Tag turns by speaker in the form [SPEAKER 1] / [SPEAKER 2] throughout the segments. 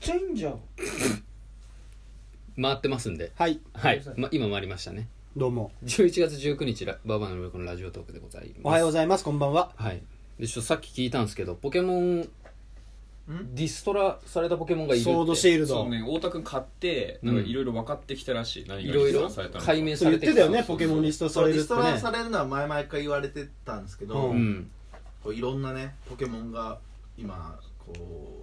[SPEAKER 1] ちゃいいんじゃん
[SPEAKER 2] 回ってますんで
[SPEAKER 3] はい
[SPEAKER 2] はい、ま、今回りましたね
[SPEAKER 3] どうも
[SPEAKER 2] 11月19日ラババのこのラジオトークでございます
[SPEAKER 3] おはようございますこんばんは
[SPEAKER 2] はいでちょっとさっき聞いたんですけどポケモンディストラされたポケモンがいるって
[SPEAKER 3] ソードシール
[SPEAKER 4] そう
[SPEAKER 3] ド
[SPEAKER 4] ね太田君買って
[SPEAKER 2] うん
[SPEAKER 4] なんかいろいろ分かってきたらしい、何
[SPEAKER 2] い
[SPEAKER 4] が
[SPEAKER 2] ろい
[SPEAKER 4] 実
[SPEAKER 2] ろ
[SPEAKER 4] 装されたのか
[SPEAKER 2] 解明
[SPEAKER 3] そ
[SPEAKER 2] さ
[SPEAKER 3] う言
[SPEAKER 2] れ
[SPEAKER 3] ってて
[SPEAKER 2] き
[SPEAKER 3] たよねポケモンリストさ
[SPEAKER 5] そう
[SPEAKER 3] れ
[SPEAKER 5] リ
[SPEAKER 3] るっ
[SPEAKER 5] ス
[SPEAKER 3] て
[SPEAKER 5] トラさ
[SPEAKER 3] ね
[SPEAKER 5] れるのは前々から言われてたんですけど、
[SPEAKER 3] う
[SPEAKER 2] うん
[SPEAKER 5] こういろんなねポケモンが今こ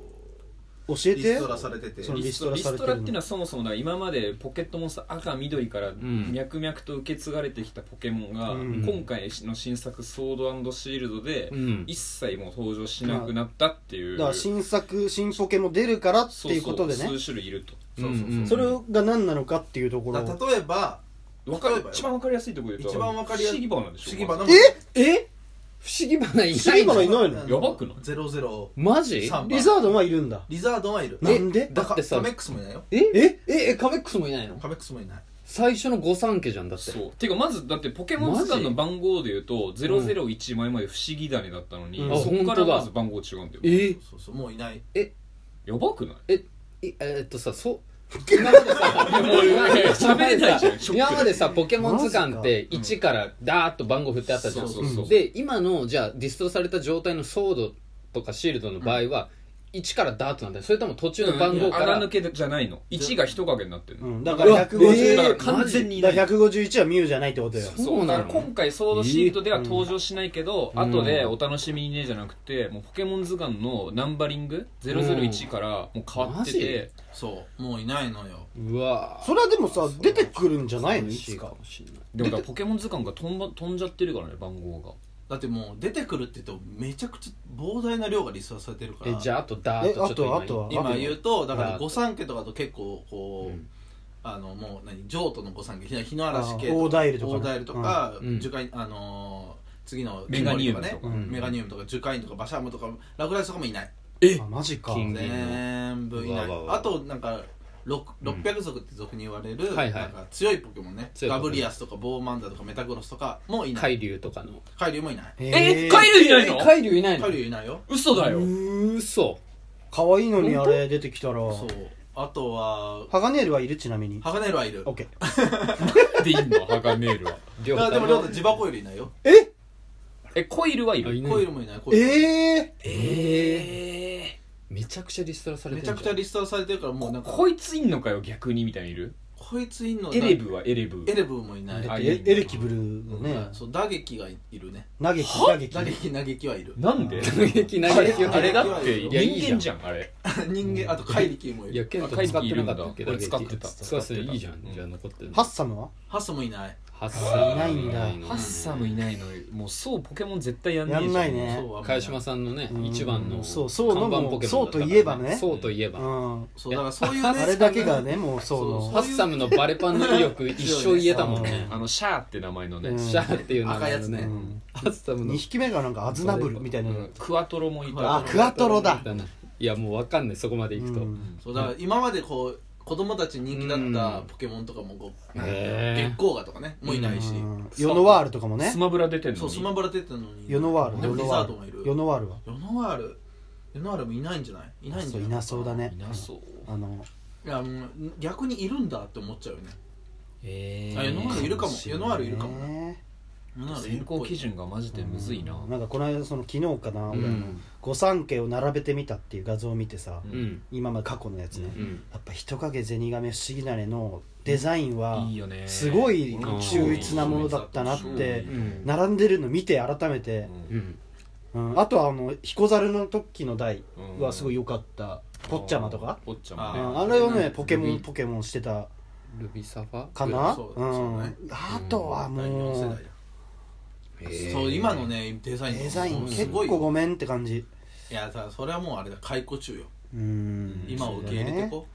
[SPEAKER 3] 教
[SPEAKER 5] う
[SPEAKER 3] え
[SPEAKER 5] リス
[SPEAKER 3] て
[SPEAKER 5] トラされてて
[SPEAKER 3] その
[SPEAKER 4] リ
[SPEAKER 3] リ
[SPEAKER 4] ス
[SPEAKER 3] スト
[SPEAKER 4] トラ
[SPEAKER 3] ラ
[SPEAKER 4] リス
[SPEAKER 3] さ
[SPEAKER 4] ト
[SPEAKER 3] れて
[SPEAKER 4] ラ
[SPEAKER 3] る
[SPEAKER 4] っていうのはそもそもだから今までポケットモンスター赤緑から
[SPEAKER 2] ん
[SPEAKER 4] 脈々と受け継がれてきたポケモンが、
[SPEAKER 3] うん
[SPEAKER 4] 今回の新作「ソードシールド」で
[SPEAKER 2] うん
[SPEAKER 4] 一切もう登場しなくなったっていう、
[SPEAKER 3] だから新作新ポケも出るからっていうことで
[SPEAKER 4] そうそう
[SPEAKER 3] ね
[SPEAKER 4] 数種類いると
[SPEAKER 5] そうそうそう
[SPEAKER 2] うんうん
[SPEAKER 3] それが何なのかっていうところ
[SPEAKER 5] だ
[SPEAKER 3] を
[SPEAKER 5] 例えば
[SPEAKER 4] わか
[SPEAKER 5] 例え
[SPEAKER 4] る
[SPEAKER 5] ばよ
[SPEAKER 4] 一番わかりやすいところで言うと
[SPEAKER 5] 一番わかりやすい
[SPEAKER 4] 不思議花でし
[SPEAKER 5] 不
[SPEAKER 4] ょ
[SPEAKER 5] 思議花
[SPEAKER 4] ま
[SPEAKER 5] も
[SPEAKER 3] え
[SPEAKER 2] え不思議花いない
[SPEAKER 3] 不思議花いないの
[SPEAKER 4] やばくない
[SPEAKER 5] ゼロゼロ
[SPEAKER 2] マジ
[SPEAKER 5] 三
[SPEAKER 3] リザードンはいるんだ
[SPEAKER 5] リザードンはいる
[SPEAKER 3] えなんで
[SPEAKER 2] だ
[SPEAKER 5] だ
[SPEAKER 2] っ
[SPEAKER 5] ってて
[SPEAKER 2] さ
[SPEAKER 5] さカメックスもいないよ
[SPEAKER 2] えええカメックスもいないの
[SPEAKER 5] カメックスもいない
[SPEAKER 2] 最初の御三家じゃんだっ
[SPEAKER 4] ず
[SPEAKER 2] て
[SPEAKER 4] そうてかまずだってポケモン図鑑の番号で言うと001枚まで不思議種だったのに、
[SPEAKER 3] うん
[SPEAKER 4] そこか
[SPEAKER 2] あ本当
[SPEAKER 4] ら
[SPEAKER 2] だ
[SPEAKER 4] まず番号違うんだよ
[SPEAKER 2] え
[SPEAKER 5] そうそうもういない
[SPEAKER 4] やばくない
[SPEAKER 2] えええっとさ そう今までさ
[SPEAKER 4] もう
[SPEAKER 2] 今までさ
[SPEAKER 4] 喋れないじゃんショックで
[SPEAKER 2] 今までさポケモン図鑑っ
[SPEAKER 3] マ
[SPEAKER 2] て1からダーッと番号振ってあったじゃん
[SPEAKER 4] そうそうそう
[SPEAKER 2] で今のじゃあディストロされた状態のソードとかシールドの場合は、1からダーッとなんだよそれとも途中の番号から、
[SPEAKER 4] 穴抜けじゃないの1が一影になってる
[SPEAKER 3] う
[SPEAKER 4] の、
[SPEAKER 3] んだから
[SPEAKER 2] えー
[SPEAKER 3] 150
[SPEAKER 4] だから
[SPEAKER 3] だか
[SPEAKER 4] 完全にいない
[SPEAKER 3] ら151はミュウじゃないってことよ
[SPEAKER 4] そうだから今回ソードシールドで
[SPEAKER 3] え
[SPEAKER 4] は
[SPEAKER 3] ー
[SPEAKER 4] 登場しないけど、
[SPEAKER 2] うん
[SPEAKER 4] 後でお楽しみにねじゃなくてもうポケモン図鑑のナンバリング001からもう変わってて、
[SPEAKER 5] そうもういないのよ
[SPEAKER 2] うわ
[SPEAKER 3] それはでもさ出てくるんじゃないの
[SPEAKER 2] い
[SPEAKER 3] 1
[SPEAKER 2] か
[SPEAKER 3] が
[SPEAKER 2] もしれない
[SPEAKER 4] でもだからポケモン図鑑が飛んば飛んじゃってるからね番号が
[SPEAKER 5] だってもう出てくるって言うとめちゃくちゃ膨大な量がリストラされてるから
[SPEAKER 2] えじゃああとダーッとちょっと
[SPEAKER 3] え
[SPEAKER 2] 今
[SPEAKER 3] あとはあとは
[SPEAKER 5] 今言うとだか
[SPEAKER 2] あ
[SPEAKER 5] ら
[SPEAKER 2] ー
[SPEAKER 5] 御三家とかと結構こう、
[SPEAKER 2] うん
[SPEAKER 5] あのもう何譲渡の御三家ひな日の嵐系
[SPEAKER 3] あー大平とかね
[SPEAKER 5] 大平とか、
[SPEAKER 2] うん
[SPEAKER 5] 樹海あのー次の
[SPEAKER 4] メガニウムとか
[SPEAKER 5] ね
[SPEAKER 3] うん
[SPEAKER 5] メガニウムとか樹海院とかバシャムとかラグライスとかもいない
[SPEAKER 3] あマジか
[SPEAKER 2] 金
[SPEAKER 5] 全部いない
[SPEAKER 2] わわわ
[SPEAKER 5] あとなんか六600族って俗に言われる、
[SPEAKER 2] はいはい
[SPEAKER 5] なんか強いポケモンね
[SPEAKER 2] 強いポケモ
[SPEAKER 5] ガ
[SPEAKER 2] ン
[SPEAKER 5] ブリアスとかボーマンダとかメタクロスとかもいない
[SPEAKER 2] 海流とかの
[SPEAKER 5] 海竜もいない
[SPEAKER 3] えー
[SPEAKER 4] ルい
[SPEAKER 2] え海流いないの
[SPEAKER 5] 海竜いないよ
[SPEAKER 4] 嘘だよ
[SPEAKER 2] うーそ
[SPEAKER 3] かわいいのにあれ出てきたら
[SPEAKER 5] そうあとは
[SPEAKER 3] ハガネールはいるちなみに
[SPEAKER 5] ハガネールはいる
[SPEAKER 3] オッケー
[SPEAKER 4] でいいんだハガネールは
[SPEAKER 2] りょう
[SPEAKER 5] あ
[SPEAKER 2] た
[SPEAKER 5] でもりょうたジバコイルいないよ
[SPEAKER 3] え
[SPEAKER 4] えコイルはい
[SPEAKER 2] あい
[SPEAKER 4] る
[SPEAKER 2] ない
[SPEAKER 5] コイルもいないコイル
[SPEAKER 3] えー
[SPEAKER 2] ええめちゃくちゃリストラされ
[SPEAKER 5] め
[SPEAKER 2] て
[SPEAKER 5] ちゃ
[SPEAKER 2] る
[SPEAKER 5] くちゃリストラされてるからもうなんか
[SPEAKER 4] こいついんのかよ逆にみたいにいる
[SPEAKER 5] こいついんの
[SPEAKER 4] エレブはエレブ
[SPEAKER 5] エレブもいない
[SPEAKER 3] だ
[SPEAKER 4] あ
[SPEAKER 3] っ
[SPEAKER 4] い
[SPEAKER 3] て
[SPEAKER 4] いね
[SPEAKER 3] エエレキブルのね
[SPEAKER 5] そう打撃がいるね
[SPEAKER 3] 嘆き嘆き
[SPEAKER 5] 打撃打撃はいる
[SPEAKER 4] なん で
[SPEAKER 2] 打撃投
[SPEAKER 4] あれ
[SPEAKER 2] げ
[SPEAKER 4] あれだって
[SPEAKER 5] い
[SPEAKER 4] 人
[SPEAKER 2] やいいじゃん
[SPEAKER 4] 間じゃんあれ
[SPEAKER 5] 人間あと怪力もい
[SPEAKER 2] いや
[SPEAKER 5] る
[SPEAKER 2] ケント使ってなかったっけ
[SPEAKER 4] あ海流いるんだ
[SPEAKER 2] 打撃
[SPEAKER 4] 俺使ってた
[SPEAKER 2] 使ってた
[SPEAKER 4] 使ってた
[SPEAKER 2] いいじゃん
[SPEAKER 4] うん
[SPEAKER 2] じゃあ残ってる
[SPEAKER 3] ハッサムは
[SPEAKER 5] ハッサもいない
[SPEAKER 2] ハッサム
[SPEAKER 3] いないんだ
[SPEAKER 2] の
[SPEAKER 4] ハッサムいないのもうそうポケモン絶対やんねえじゃ
[SPEAKER 3] やんないね
[SPEAKER 5] は
[SPEAKER 2] 茅島さんのね
[SPEAKER 3] うん
[SPEAKER 2] 一番の
[SPEAKER 3] そうそうのも
[SPEAKER 2] 看板ポケモンだったから
[SPEAKER 3] そうといえばね
[SPEAKER 2] そうといえば
[SPEAKER 3] うん
[SPEAKER 5] そうだからそういうね
[SPEAKER 3] あれだけがねもうそう
[SPEAKER 5] そう
[SPEAKER 2] ハッサムのバレパンの威力一生言えたもんね
[SPEAKER 4] あのシャーって名前のね、
[SPEAKER 3] うん
[SPEAKER 2] シャーっていう名
[SPEAKER 5] 赤
[SPEAKER 2] 前
[SPEAKER 5] いや
[SPEAKER 2] の
[SPEAKER 5] つ
[SPEAKER 3] う
[SPEAKER 2] ね
[SPEAKER 5] ね
[SPEAKER 3] ん
[SPEAKER 2] ハッサムの
[SPEAKER 3] 2匹目がなんかアズナブルみたいな
[SPEAKER 4] うんクワトロもいた
[SPEAKER 3] あクワトロだ
[SPEAKER 2] いやもうわかんないそこまでいくと
[SPEAKER 3] うん
[SPEAKER 5] そうだから今までこう子供たちに人気だっ
[SPEAKER 2] う
[SPEAKER 5] た
[SPEAKER 2] ん
[SPEAKER 5] ポケモンとかもこう
[SPEAKER 2] へー
[SPEAKER 5] 月光河とかねもういない
[SPEAKER 3] う
[SPEAKER 5] し
[SPEAKER 3] んヨノワールとかもね
[SPEAKER 4] スマブラ出てんの
[SPEAKER 5] そう
[SPEAKER 4] に
[SPEAKER 5] スマブラ出てたのに
[SPEAKER 3] ヨノワール
[SPEAKER 5] で
[SPEAKER 3] ヨ
[SPEAKER 5] もリ
[SPEAKER 3] ノ
[SPEAKER 5] ザ
[SPEAKER 3] ワ
[SPEAKER 5] ー
[SPEAKER 3] ー
[SPEAKER 5] ドもいる
[SPEAKER 3] ルヨノワールは
[SPEAKER 5] ヨノワールヨノワールもいないんじゃないいないんじ
[SPEAKER 3] そ
[SPEAKER 5] ゃ
[SPEAKER 3] う
[SPEAKER 5] ない
[SPEAKER 3] いなそうだね
[SPEAKER 4] いなそう
[SPEAKER 3] あの
[SPEAKER 5] いやもう逆にいるんだって思っちゃうよね
[SPEAKER 2] え
[SPEAKER 5] あヨノワールいるかも
[SPEAKER 2] しれ
[SPEAKER 5] ヨ
[SPEAKER 2] ない
[SPEAKER 5] ノワールいるかも
[SPEAKER 3] ね
[SPEAKER 5] ヨノワールいる
[SPEAKER 4] 選
[SPEAKER 5] っぽい
[SPEAKER 4] 考基準がマジでむずいな、
[SPEAKER 3] なんかこの間その昨日かな俺あの
[SPEAKER 2] うん
[SPEAKER 3] 御三家を並べてみたっていう画像を見てさ
[SPEAKER 4] うん
[SPEAKER 2] うん
[SPEAKER 3] 今まで過去のやつね
[SPEAKER 2] うん
[SPEAKER 3] やっぱ人影ゼニガメ不思議なれのデザインはい
[SPEAKER 4] いよね
[SPEAKER 3] すごい
[SPEAKER 4] うん
[SPEAKER 3] 秀逸なものだったなって
[SPEAKER 2] うん
[SPEAKER 3] 並んでるの見て改めて、
[SPEAKER 2] う
[SPEAKER 4] うん
[SPEAKER 2] ん
[SPEAKER 3] うん、あとはあの彦猿の時の台
[SPEAKER 4] うん
[SPEAKER 3] はすごい良かった、ポッチャマとか、
[SPEAKER 4] ポッチャマね
[SPEAKER 5] あ
[SPEAKER 3] う
[SPEAKER 5] ー
[SPEAKER 3] ん、あれはね
[SPEAKER 5] うん
[SPEAKER 3] ポケモ
[SPEAKER 2] ルビ
[SPEAKER 3] ン
[SPEAKER 2] ー
[SPEAKER 3] ポケモンしてた
[SPEAKER 2] ルビサファ
[SPEAKER 3] かな
[SPEAKER 5] そう
[SPEAKER 3] う
[SPEAKER 5] そ
[SPEAKER 3] ん
[SPEAKER 5] うね
[SPEAKER 3] あとは
[SPEAKER 5] 第四世
[SPEAKER 3] も
[SPEAKER 5] 代
[SPEAKER 3] う
[SPEAKER 5] そう今のねデザイン
[SPEAKER 3] デザイン
[SPEAKER 5] もう
[SPEAKER 3] 結
[SPEAKER 5] すご
[SPEAKER 3] 構
[SPEAKER 5] いよ
[SPEAKER 3] ごめんって感じ
[SPEAKER 5] いやだからそれはもうあれだ解雇中よ
[SPEAKER 3] うん
[SPEAKER 5] 今を受け入れてこ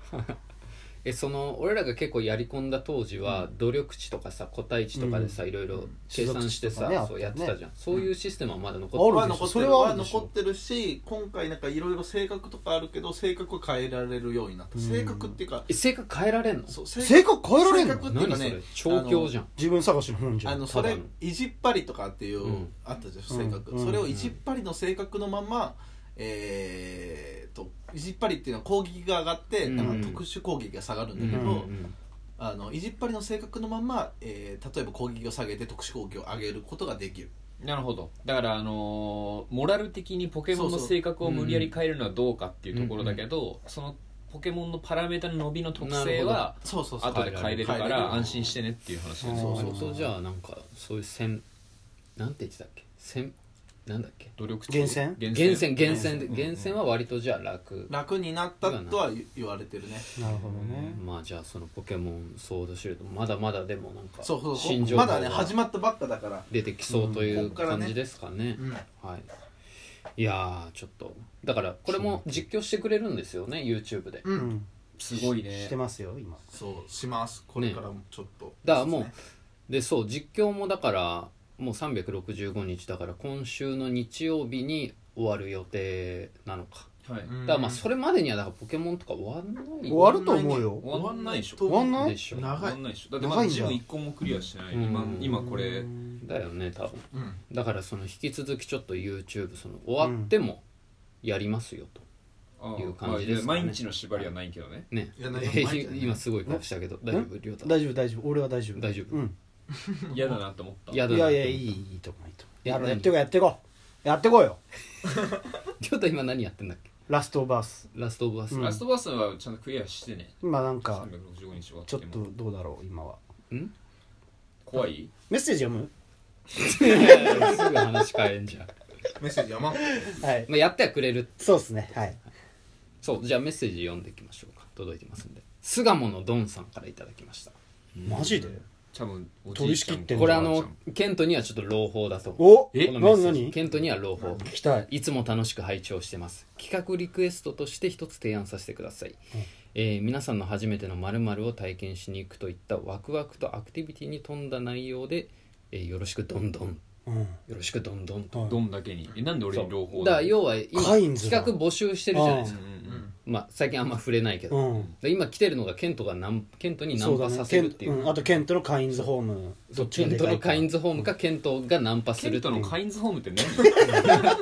[SPEAKER 2] えその俺らが結構やり込んだ当時は、努力値とかさ個体値とかでさ、いろいろ計算してさ、
[SPEAKER 3] 所属値とかね
[SPEAKER 2] そう
[SPEAKER 3] あ
[SPEAKER 2] やっ
[SPEAKER 3] った
[SPEAKER 2] て
[SPEAKER 3] ね
[SPEAKER 2] たじゃん、そういうシステムはまだ残
[SPEAKER 3] あ
[SPEAKER 2] っ
[SPEAKER 5] う
[SPEAKER 3] る
[SPEAKER 2] て
[SPEAKER 5] は残って
[SPEAKER 3] それ
[SPEAKER 5] る
[SPEAKER 3] はあ
[SPEAKER 5] は
[SPEAKER 3] るでしょ
[SPEAKER 5] 残ってるし今回なんかいろいろ性格とかあるけど性格は変えられるようになった
[SPEAKER 3] うん
[SPEAKER 5] 性格っていうか
[SPEAKER 2] え性格変えられんの
[SPEAKER 5] そう
[SPEAKER 3] 性格変えられん
[SPEAKER 5] 性
[SPEAKER 3] の
[SPEAKER 5] 格ってい
[SPEAKER 2] 何
[SPEAKER 5] うか
[SPEAKER 2] それ
[SPEAKER 5] ね
[SPEAKER 2] 調教じゃん
[SPEAKER 3] 自分探しの本じゃん
[SPEAKER 5] あのそ
[SPEAKER 2] た
[SPEAKER 5] れ
[SPEAKER 2] だの
[SPEAKER 5] いじっぱりとかっていう、
[SPEAKER 2] うん
[SPEAKER 5] あったじゃん性格、
[SPEAKER 3] うん
[SPEAKER 5] それをいじっぱりの性格のままえー、といじっぱりっていうのは攻撃が上がって、
[SPEAKER 2] うん
[SPEAKER 5] なんか特殊攻撃が下がるんだけ
[SPEAKER 3] う
[SPEAKER 5] ど、
[SPEAKER 3] ん
[SPEAKER 5] あのいじっぱりの性格のまま、えー例えば攻撃を下げて特殊攻撃を上げることができる
[SPEAKER 4] なるほどだからあのーモラル的にポケモンの性格を無理やり変えるのはどうかっていうところだけど、そのポケモンのパラメータの伸びの特性は
[SPEAKER 5] そうそうそう
[SPEAKER 4] 後で変えれるか
[SPEAKER 5] 変えれる
[SPEAKER 4] ら安心してねっていう話です
[SPEAKER 3] そ
[SPEAKER 4] ね
[SPEAKER 3] う
[SPEAKER 2] 割とじゃあなんかそういう線なんて言ってたっけ線なんだっけ
[SPEAKER 4] 努力値
[SPEAKER 3] 厳選
[SPEAKER 2] 源泉源泉で
[SPEAKER 5] 源泉
[SPEAKER 2] 源泉は割とじゃあ楽
[SPEAKER 5] 楽になったとは言言われてるね
[SPEAKER 3] なるほどね
[SPEAKER 2] まあじゃあそのポケモンソードシールドまだまだでもなんか
[SPEAKER 5] そうそうそう
[SPEAKER 2] 新情報
[SPEAKER 5] まだね
[SPEAKER 2] が
[SPEAKER 5] 始まったばっかだから、
[SPEAKER 2] 出てきそうという
[SPEAKER 5] ここから
[SPEAKER 2] 感
[SPEAKER 5] ね
[SPEAKER 2] じですかね
[SPEAKER 5] うん、
[SPEAKER 2] はいいやーちょっとだからこれも実況してくれるんですよね YouTube で
[SPEAKER 5] う
[SPEAKER 3] うんん
[SPEAKER 4] すごい
[SPEAKER 3] し
[SPEAKER 4] ね
[SPEAKER 3] てますよ今
[SPEAKER 5] そうしますこれからもちょっと、
[SPEAKER 2] だからもう
[SPEAKER 5] そ
[SPEAKER 2] でそう実況もだからもう365日だから今週の日曜日に終わる予定なのか
[SPEAKER 4] はいう
[SPEAKER 5] ですね
[SPEAKER 2] だからまあそれまでにはだからポケモンとか終わんない
[SPEAKER 3] 終わると思うよ
[SPEAKER 4] 終わんないでしょ
[SPEAKER 5] 終
[SPEAKER 3] 終わん
[SPEAKER 5] い
[SPEAKER 3] な
[SPEAKER 2] で
[SPEAKER 3] い
[SPEAKER 2] しょ
[SPEAKER 5] 長
[SPEAKER 4] 終わ
[SPEAKER 5] い
[SPEAKER 4] んないでしょだってまだ
[SPEAKER 3] 長いんだ
[SPEAKER 4] ジム1個もクリアしてない、
[SPEAKER 2] うん
[SPEAKER 4] 今今これ、
[SPEAKER 3] うん
[SPEAKER 2] だよね多分
[SPEAKER 5] うん
[SPEAKER 2] だからその引き続きちょっと YouTube その終わってもやりますよと、
[SPEAKER 4] ああ
[SPEAKER 2] いう感じですか
[SPEAKER 4] まあ
[SPEAKER 2] ね
[SPEAKER 4] 毎日の縛りはないけどね
[SPEAKER 2] ね
[SPEAKER 5] いやなんか前じゃない
[SPEAKER 2] 今すごい顔したけど大丈夫亮太
[SPEAKER 3] 大丈夫大丈夫俺は大丈夫
[SPEAKER 2] 大丈夫
[SPEAKER 3] うん
[SPEAKER 4] 嫌だなと思った
[SPEAKER 2] やだ
[SPEAKER 3] い
[SPEAKER 2] な
[SPEAKER 3] や
[SPEAKER 2] と思
[SPEAKER 3] いや
[SPEAKER 2] う
[SPEAKER 3] いいいいと思ういいと思
[SPEAKER 2] い
[SPEAKER 3] う
[SPEAKER 2] や
[SPEAKER 3] やろう
[SPEAKER 2] 何
[SPEAKER 3] やってこうやってこうやってこうよ
[SPEAKER 2] 亮太今何やってんだっけ
[SPEAKER 3] ラストオブアス
[SPEAKER 2] ラストオブアス、
[SPEAKER 3] うん
[SPEAKER 4] ラストバスはちゃんとクリアしてね
[SPEAKER 3] 今なんか
[SPEAKER 4] 365日終わっ
[SPEAKER 3] ちょ
[SPEAKER 4] て
[SPEAKER 3] っ
[SPEAKER 4] も
[SPEAKER 3] とどうだろう今は
[SPEAKER 2] うん
[SPEAKER 4] 怖い
[SPEAKER 3] メッセージ読む
[SPEAKER 2] すぐ話変えんじゃん、
[SPEAKER 5] メッセージ山
[SPEAKER 3] はい
[SPEAKER 2] まあ、やってはくれる
[SPEAKER 3] そうですねはい
[SPEAKER 2] そうじゃあメッセージ読んでいきましょうか届いてますんで巣鴨のドンさんからいただきました
[SPEAKER 3] マジで
[SPEAKER 4] 多分おじ
[SPEAKER 3] 取
[SPEAKER 4] い
[SPEAKER 3] り
[SPEAKER 4] ち
[SPEAKER 3] 仕
[SPEAKER 4] ゃ
[SPEAKER 3] 切
[SPEAKER 4] ん
[SPEAKER 3] ってん
[SPEAKER 2] これあ
[SPEAKER 4] おばあ
[SPEAKER 2] の
[SPEAKER 4] ち
[SPEAKER 2] ケントにはちょっと朗報だと思う
[SPEAKER 3] お
[SPEAKER 4] え
[SPEAKER 3] え
[SPEAKER 2] このメッ
[SPEAKER 3] 何
[SPEAKER 2] セージ
[SPEAKER 3] 何
[SPEAKER 2] ケントには朗報
[SPEAKER 3] 聞きたい
[SPEAKER 2] いつも楽しく拝聴してます企画リクエストとして一つ提案させてください、えー皆さんの初めての〇〇を体験しに行くといったワクワクとアクティビティに富んだ内容で、えーよろしくどんどん
[SPEAKER 3] うん
[SPEAKER 2] よろしくどんどんと、
[SPEAKER 4] ゃんどんだけにえなんで俺に両
[SPEAKER 2] そ
[SPEAKER 4] 方
[SPEAKER 2] うだから要は今
[SPEAKER 3] カイ
[SPEAKER 2] 企
[SPEAKER 3] ンズだ
[SPEAKER 2] 画募集してるじゃないですか、
[SPEAKER 4] うんうん
[SPEAKER 2] まあ、最近あんま触れないけど、
[SPEAKER 3] うん
[SPEAKER 2] で今来てるのがケントがナンケントにナ
[SPEAKER 3] そ
[SPEAKER 2] ン
[SPEAKER 3] うだ
[SPEAKER 2] パ
[SPEAKER 3] ね
[SPEAKER 2] させるってい
[SPEAKER 3] ケン
[SPEAKER 2] う
[SPEAKER 3] うんあとケントのカインズホームどっち
[SPEAKER 2] ケ
[SPEAKER 3] が
[SPEAKER 2] ン
[SPEAKER 3] で
[SPEAKER 2] ト
[SPEAKER 3] かい
[SPEAKER 2] の
[SPEAKER 3] か
[SPEAKER 2] カインズホームかケントがナンパす
[SPEAKER 4] ケ
[SPEAKER 2] る
[SPEAKER 4] ン
[SPEAKER 2] って
[SPEAKER 4] ト
[SPEAKER 2] い
[SPEAKER 4] の
[SPEAKER 2] う
[SPEAKER 4] カインズホームって何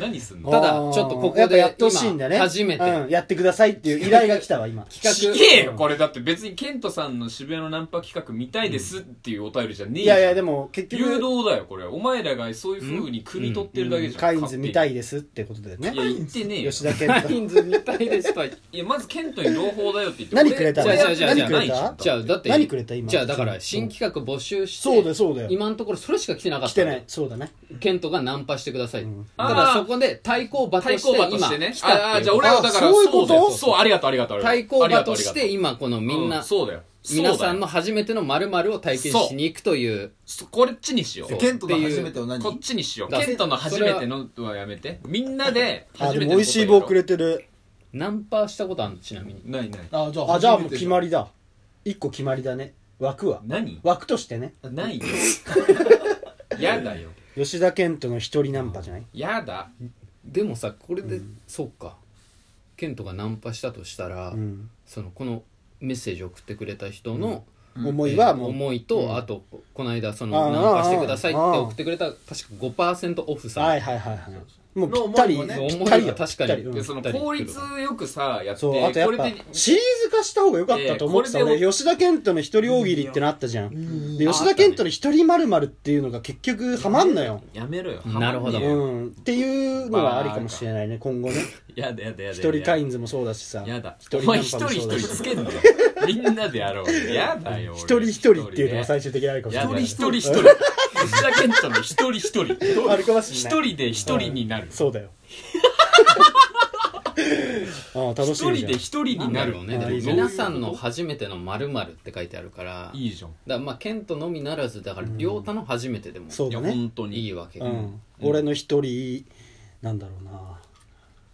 [SPEAKER 4] 何すんの
[SPEAKER 2] ただ
[SPEAKER 3] あー
[SPEAKER 2] ちょっとここで
[SPEAKER 3] やぱやってほしいんだね
[SPEAKER 2] 今初めて
[SPEAKER 3] うんやってくださいっていう依頼が来たわ今
[SPEAKER 2] 企
[SPEAKER 4] ち
[SPEAKER 2] 画
[SPEAKER 4] げえよこれだって別にケントさんの渋谷のナンパ企画見たいですっていうお便りじゃねえ
[SPEAKER 3] い
[SPEAKER 4] じゃ
[SPEAKER 3] や
[SPEAKER 4] ん
[SPEAKER 3] いやでも結局
[SPEAKER 4] 誘導だよこれお前らがそういう風に汲み取ってるだけじゃん
[SPEAKER 3] カインズ見た
[SPEAKER 4] い
[SPEAKER 3] いですってことだよ
[SPEAKER 4] いや
[SPEAKER 3] ね
[SPEAKER 4] 言ってねえよ
[SPEAKER 3] 吉田健
[SPEAKER 2] カ
[SPEAKER 3] 太
[SPEAKER 2] インズみたいですとは言って
[SPEAKER 4] いやまずケントに朗報だよって言って
[SPEAKER 3] 何くれたの
[SPEAKER 4] 俺
[SPEAKER 2] じゃあじゃあじゃあ
[SPEAKER 3] 何くれ
[SPEAKER 4] ない
[SPEAKER 3] た
[SPEAKER 2] じゃあだって
[SPEAKER 3] 何くれた今
[SPEAKER 2] じゃあだから新企画募集して
[SPEAKER 3] そうだよそうだよ
[SPEAKER 2] 今のところそれしか来てなかった
[SPEAKER 3] 来てないそうだね
[SPEAKER 2] ケントがナンパしてください、
[SPEAKER 3] ん
[SPEAKER 2] ただ
[SPEAKER 4] あー
[SPEAKER 2] そこで対抗馬と
[SPEAKER 4] 対
[SPEAKER 2] し
[SPEAKER 4] 抗
[SPEAKER 2] て
[SPEAKER 4] 馬と
[SPEAKER 2] 今
[SPEAKER 4] してね
[SPEAKER 2] 来たっていう
[SPEAKER 4] ああじゃあ俺はだから
[SPEAKER 3] あそういうこと
[SPEAKER 4] だよそうありがとうありがとうありがとう
[SPEAKER 2] 対抗馬とし
[SPEAKER 4] あ
[SPEAKER 2] て
[SPEAKER 4] りがとう
[SPEAKER 2] 今この
[SPEAKER 4] ありがとう
[SPEAKER 2] みんな、
[SPEAKER 4] うそうだよ
[SPEAKER 2] 皆さんの
[SPEAKER 4] の
[SPEAKER 2] 初めての〇〇を体験しに行くという
[SPEAKER 4] こっちにしよう
[SPEAKER 2] そう
[SPEAKER 5] ケントの初めては何
[SPEAKER 4] こっちにしよ
[SPEAKER 2] だ
[SPEAKER 4] うケントの初めてのはやめてみんなで
[SPEAKER 3] あ
[SPEAKER 4] 初
[SPEAKER 3] で
[SPEAKER 4] めて
[SPEAKER 3] も美味しい棒くれて
[SPEAKER 4] て
[SPEAKER 3] る
[SPEAKER 2] ナンパしたことあるのちなみに
[SPEAKER 4] ないない
[SPEAKER 5] あじゃ
[SPEAKER 3] あじゃあもう決ま
[SPEAKER 5] り
[SPEAKER 3] りだ一個決まりだね枠は
[SPEAKER 4] 何
[SPEAKER 3] 枠としてね
[SPEAKER 4] ない よやだよ
[SPEAKER 3] 吉田健人の一人ナンパじゃない
[SPEAKER 4] やだ
[SPEAKER 2] でもさこれで、そっかケントがナンパしたとしたら、
[SPEAKER 3] うん
[SPEAKER 2] そのこのメッセージを送ってくれた人の、
[SPEAKER 3] 思い
[SPEAKER 2] え
[SPEAKER 3] は
[SPEAKER 2] ー
[SPEAKER 3] もう
[SPEAKER 2] 思いと、あとここの間その
[SPEAKER 3] あー
[SPEAKER 2] ナンパしてくださいって
[SPEAKER 3] あー
[SPEAKER 2] 送ってくれた確か5%オフさん、
[SPEAKER 3] はいはいはいはいもうぴったり
[SPEAKER 5] の思いも
[SPEAKER 2] ね
[SPEAKER 3] ぴった
[SPEAKER 2] 思
[SPEAKER 3] り
[SPEAKER 2] い
[SPEAKER 3] よ
[SPEAKER 2] は確かに
[SPEAKER 3] ぴったりうん
[SPEAKER 4] でその効率よくさやって
[SPEAKER 3] そうあとや
[SPEAKER 4] こ
[SPEAKER 3] っ
[SPEAKER 4] れ
[SPEAKER 3] ぱ
[SPEAKER 4] で
[SPEAKER 3] シリーズ化した方が良かったと思って
[SPEAKER 4] え
[SPEAKER 3] た
[SPEAKER 4] えこれ
[SPEAKER 3] 俺
[SPEAKER 4] で
[SPEAKER 3] 吉田健人の一人大喜利ってのあったじゃんで
[SPEAKER 4] あ
[SPEAKER 3] 吉田健人の一人まるっていうのが結局ハマんのよ
[SPEAKER 4] やめろよ
[SPEAKER 2] なるほど
[SPEAKER 4] ハマんねえ
[SPEAKER 3] う
[SPEAKER 4] よ
[SPEAKER 3] んっていうのはありかもしれないね今後ね
[SPEAKER 4] やだやだやだ
[SPEAKER 3] 一人カイ
[SPEAKER 4] ン
[SPEAKER 3] ンズもそうだしさ
[SPEAKER 4] やだ
[SPEAKER 3] 一
[SPEAKER 4] お
[SPEAKER 3] 人ナンパ
[SPEAKER 4] 前
[SPEAKER 3] も
[SPEAKER 4] 一
[SPEAKER 3] そう
[SPEAKER 4] 人
[SPEAKER 3] だし
[SPEAKER 4] 一人つけんのみんなでやろうや だよ
[SPEAKER 3] 一人一人っていうのが最終的にあるかもしれ
[SPEAKER 4] やだ
[SPEAKER 3] な
[SPEAKER 4] よ
[SPEAKER 3] い
[SPEAKER 4] 一人一人吉田健太の一人一人
[SPEAKER 3] あるかもし
[SPEAKER 4] 一
[SPEAKER 3] れない
[SPEAKER 4] 人で一人になる
[SPEAKER 3] そう だよああ楽
[SPEAKER 4] 一
[SPEAKER 3] しみじ
[SPEAKER 4] 人
[SPEAKER 3] ゃ
[SPEAKER 4] で
[SPEAKER 3] ん
[SPEAKER 4] 一人にな
[SPEAKER 2] な
[SPEAKER 4] る
[SPEAKER 2] るよねでも
[SPEAKER 3] あいいね
[SPEAKER 2] 皆さんの初めての〇〇って書いてあるから
[SPEAKER 4] いいじゃん
[SPEAKER 2] だからまあケントのみならずだから亮太の初めてでも
[SPEAKER 3] そう
[SPEAKER 4] いや
[SPEAKER 3] だね
[SPEAKER 4] 本当
[SPEAKER 2] いい
[SPEAKER 4] に
[SPEAKER 2] わけ、
[SPEAKER 3] うん俺の一人なんだろうな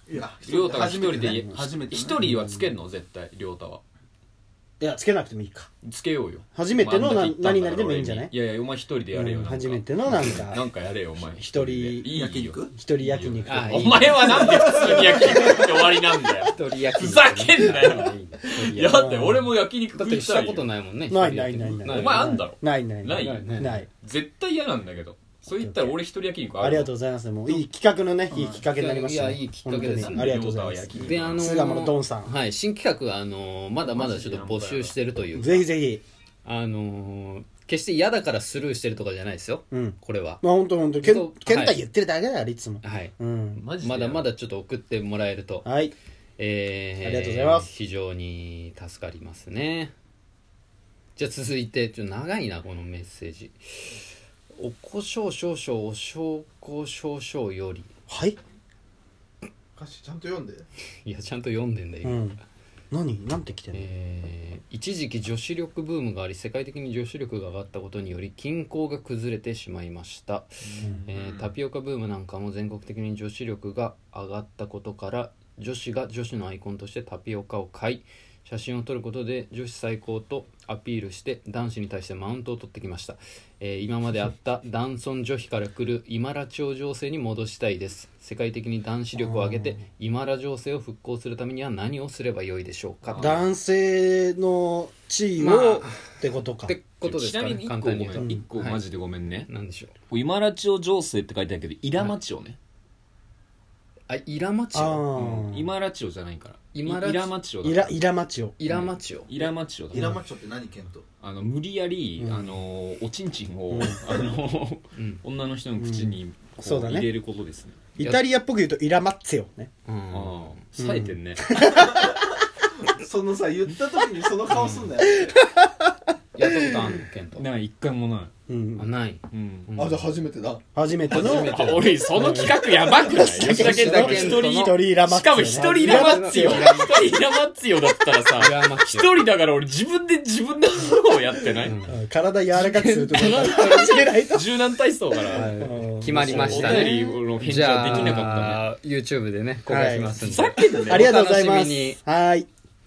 [SPEAKER 3] い
[SPEAKER 5] や
[SPEAKER 4] りょうたが一人で
[SPEAKER 5] 初めてね
[SPEAKER 4] 一人はつけるの絶対りょうたはい
[SPEAKER 3] やつけなくてもいいか
[SPEAKER 4] つけようよ
[SPEAKER 3] 初めてのな
[SPEAKER 4] 真ん中行ったんだから
[SPEAKER 3] 何々でもいいんじゃない
[SPEAKER 4] 俺にいやいやお前一人でやれよ
[SPEAKER 3] うん
[SPEAKER 4] なんか
[SPEAKER 3] 初めてのなんか
[SPEAKER 4] なんかやれよお前
[SPEAKER 3] 一人
[SPEAKER 4] でいいよ
[SPEAKER 5] 焼肉
[SPEAKER 3] 一人焼肉とか
[SPEAKER 2] あい
[SPEAKER 4] お
[SPEAKER 2] い
[SPEAKER 4] 前はなんで普通に焼肉って終わりなんだよ
[SPEAKER 2] 一人焼き
[SPEAKER 4] ふざけんなよいや
[SPEAKER 2] だ
[SPEAKER 4] だって俺も焼肉
[SPEAKER 2] っ
[SPEAKER 4] 食
[SPEAKER 2] て
[SPEAKER 4] い
[SPEAKER 2] したた
[SPEAKER 4] い
[SPEAKER 2] こと
[SPEAKER 4] よ
[SPEAKER 2] ないもんね
[SPEAKER 3] ないないないない
[SPEAKER 4] お前あんだろ
[SPEAKER 3] ないない
[SPEAKER 4] ない
[SPEAKER 3] ない
[SPEAKER 2] ない
[SPEAKER 3] ない
[SPEAKER 4] 絶対嫌なんだけどそう言ったら俺一人焼肉ある
[SPEAKER 3] ありがとうございますもういい企画のね
[SPEAKER 5] うん
[SPEAKER 3] いいきっかけになりましたね
[SPEAKER 2] いやいいきっかけです
[SPEAKER 3] 本当にありがとうございます
[SPEAKER 4] 餃子は焼肉
[SPEAKER 2] であの
[SPEAKER 3] 巣鴨のドンさん
[SPEAKER 2] はい、新企画はあのまだまだちょっと募集してるというか
[SPEAKER 3] ぜひぜひ
[SPEAKER 2] あの決して嫌だからスルーしてるとかじゃないですよ
[SPEAKER 3] うん
[SPEAKER 2] これは
[SPEAKER 3] まあ本当本当ケ
[SPEAKER 2] 本
[SPEAKER 3] ン
[SPEAKER 2] 当
[SPEAKER 3] ケンタ言ってるだけだよいつも
[SPEAKER 2] はい
[SPEAKER 3] うん
[SPEAKER 4] マジで
[SPEAKER 2] まだまだちょっと送ってもらえると、
[SPEAKER 3] はい
[SPEAKER 2] えー
[SPEAKER 3] ありがとうございます
[SPEAKER 2] 非常に助かりますねじゃあ続いてちょっと長いなこのメッセージおこしょう少々おしょうこ少々より
[SPEAKER 3] はい
[SPEAKER 5] 歌詞ちゃんと読んで
[SPEAKER 2] いやちゃんと読んでんだよ
[SPEAKER 3] う
[SPEAKER 2] 今、
[SPEAKER 3] ん何なんて来てんの
[SPEAKER 2] えー一時期女子力ブームがあり世界的に女子力が上がったことにより均衡が崩れてしまいました、えータピオカブームなんかも全国的に女子力が上がったことから女子が女子のアイコンとしてタピオカを買い写真を撮ることで女子最高とアピールして男子に対してマウントを取ってきました、えー今まであった男尊女卑から来る今ラチオ情勢に戻したいです世界的に男子力を上げて今ラ情勢を復興するためには何をすればよいでしょうか
[SPEAKER 3] 男性の地位
[SPEAKER 2] まあ
[SPEAKER 3] をってことか
[SPEAKER 2] ってことです
[SPEAKER 4] ちな
[SPEAKER 2] か
[SPEAKER 4] み
[SPEAKER 2] ね
[SPEAKER 4] に一個
[SPEAKER 2] 簡
[SPEAKER 4] ごめ
[SPEAKER 2] 単に言うんと
[SPEAKER 4] 一個
[SPEAKER 2] はい
[SPEAKER 4] マジでごめんね
[SPEAKER 2] なんでしょう
[SPEAKER 4] 「今ラチオ情勢」って書いてあるけど「イラマチオ」ね
[SPEAKER 2] あイラマチ
[SPEAKER 3] あ
[SPEAKER 2] オ
[SPEAKER 4] うん
[SPEAKER 3] ー
[SPEAKER 4] 今ラチオじゃないから
[SPEAKER 2] イマラチオ
[SPEAKER 4] イラマチオだ
[SPEAKER 3] イライラマチオ
[SPEAKER 2] イラマチオ
[SPEAKER 4] イラマチオだ
[SPEAKER 5] イラマチョって何ケント
[SPEAKER 4] あの無理やり、
[SPEAKER 3] うん
[SPEAKER 4] あのおちんちんを、あの
[SPEAKER 2] うん
[SPEAKER 4] 女の人の口にこう
[SPEAKER 3] そうだね
[SPEAKER 4] 入れることですね、
[SPEAKER 3] イタリアっぽく言うとイラマッツェオね
[SPEAKER 2] うん
[SPEAKER 4] ああ冴えてんね、
[SPEAKER 5] そのさ言った時にその顔すんだよ
[SPEAKER 2] やったことあんのケント
[SPEAKER 4] なんか一回もな
[SPEAKER 3] う
[SPEAKER 2] あ
[SPEAKER 3] ん
[SPEAKER 2] ない
[SPEAKER 4] い、うん
[SPEAKER 2] うん
[SPEAKER 5] あじゃあ初めてだ
[SPEAKER 3] 初めての
[SPEAKER 2] 初めて
[SPEAKER 4] あ俺その企画やばくない吉田健太が一人
[SPEAKER 3] 一人イラマッ
[SPEAKER 4] し
[SPEAKER 3] ツェ
[SPEAKER 4] か
[SPEAKER 3] オ
[SPEAKER 4] も
[SPEAKER 3] ね
[SPEAKER 4] 一人イラマッツよ
[SPEAKER 2] イラマ
[SPEAKER 4] 一人イラマッツよだったら
[SPEAKER 2] イ
[SPEAKER 4] さ
[SPEAKER 2] ラマチ
[SPEAKER 4] 一
[SPEAKER 2] オ
[SPEAKER 4] 人だから俺自分で自分のものをやってない、
[SPEAKER 2] うん
[SPEAKER 3] うん体柔らかくするとか感じれないと
[SPEAKER 4] 柔軟体操から、
[SPEAKER 3] うん
[SPEAKER 2] 決まりましたね
[SPEAKER 4] お便りの返事
[SPEAKER 2] じ
[SPEAKER 4] はできなかったね
[SPEAKER 2] ゃあ YouTube でね公開しますんで
[SPEAKER 4] ふざけんなよ
[SPEAKER 3] ありがとうございま
[SPEAKER 2] お
[SPEAKER 3] す
[SPEAKER 2] 楽しみに
[SPEAKER 3] はーい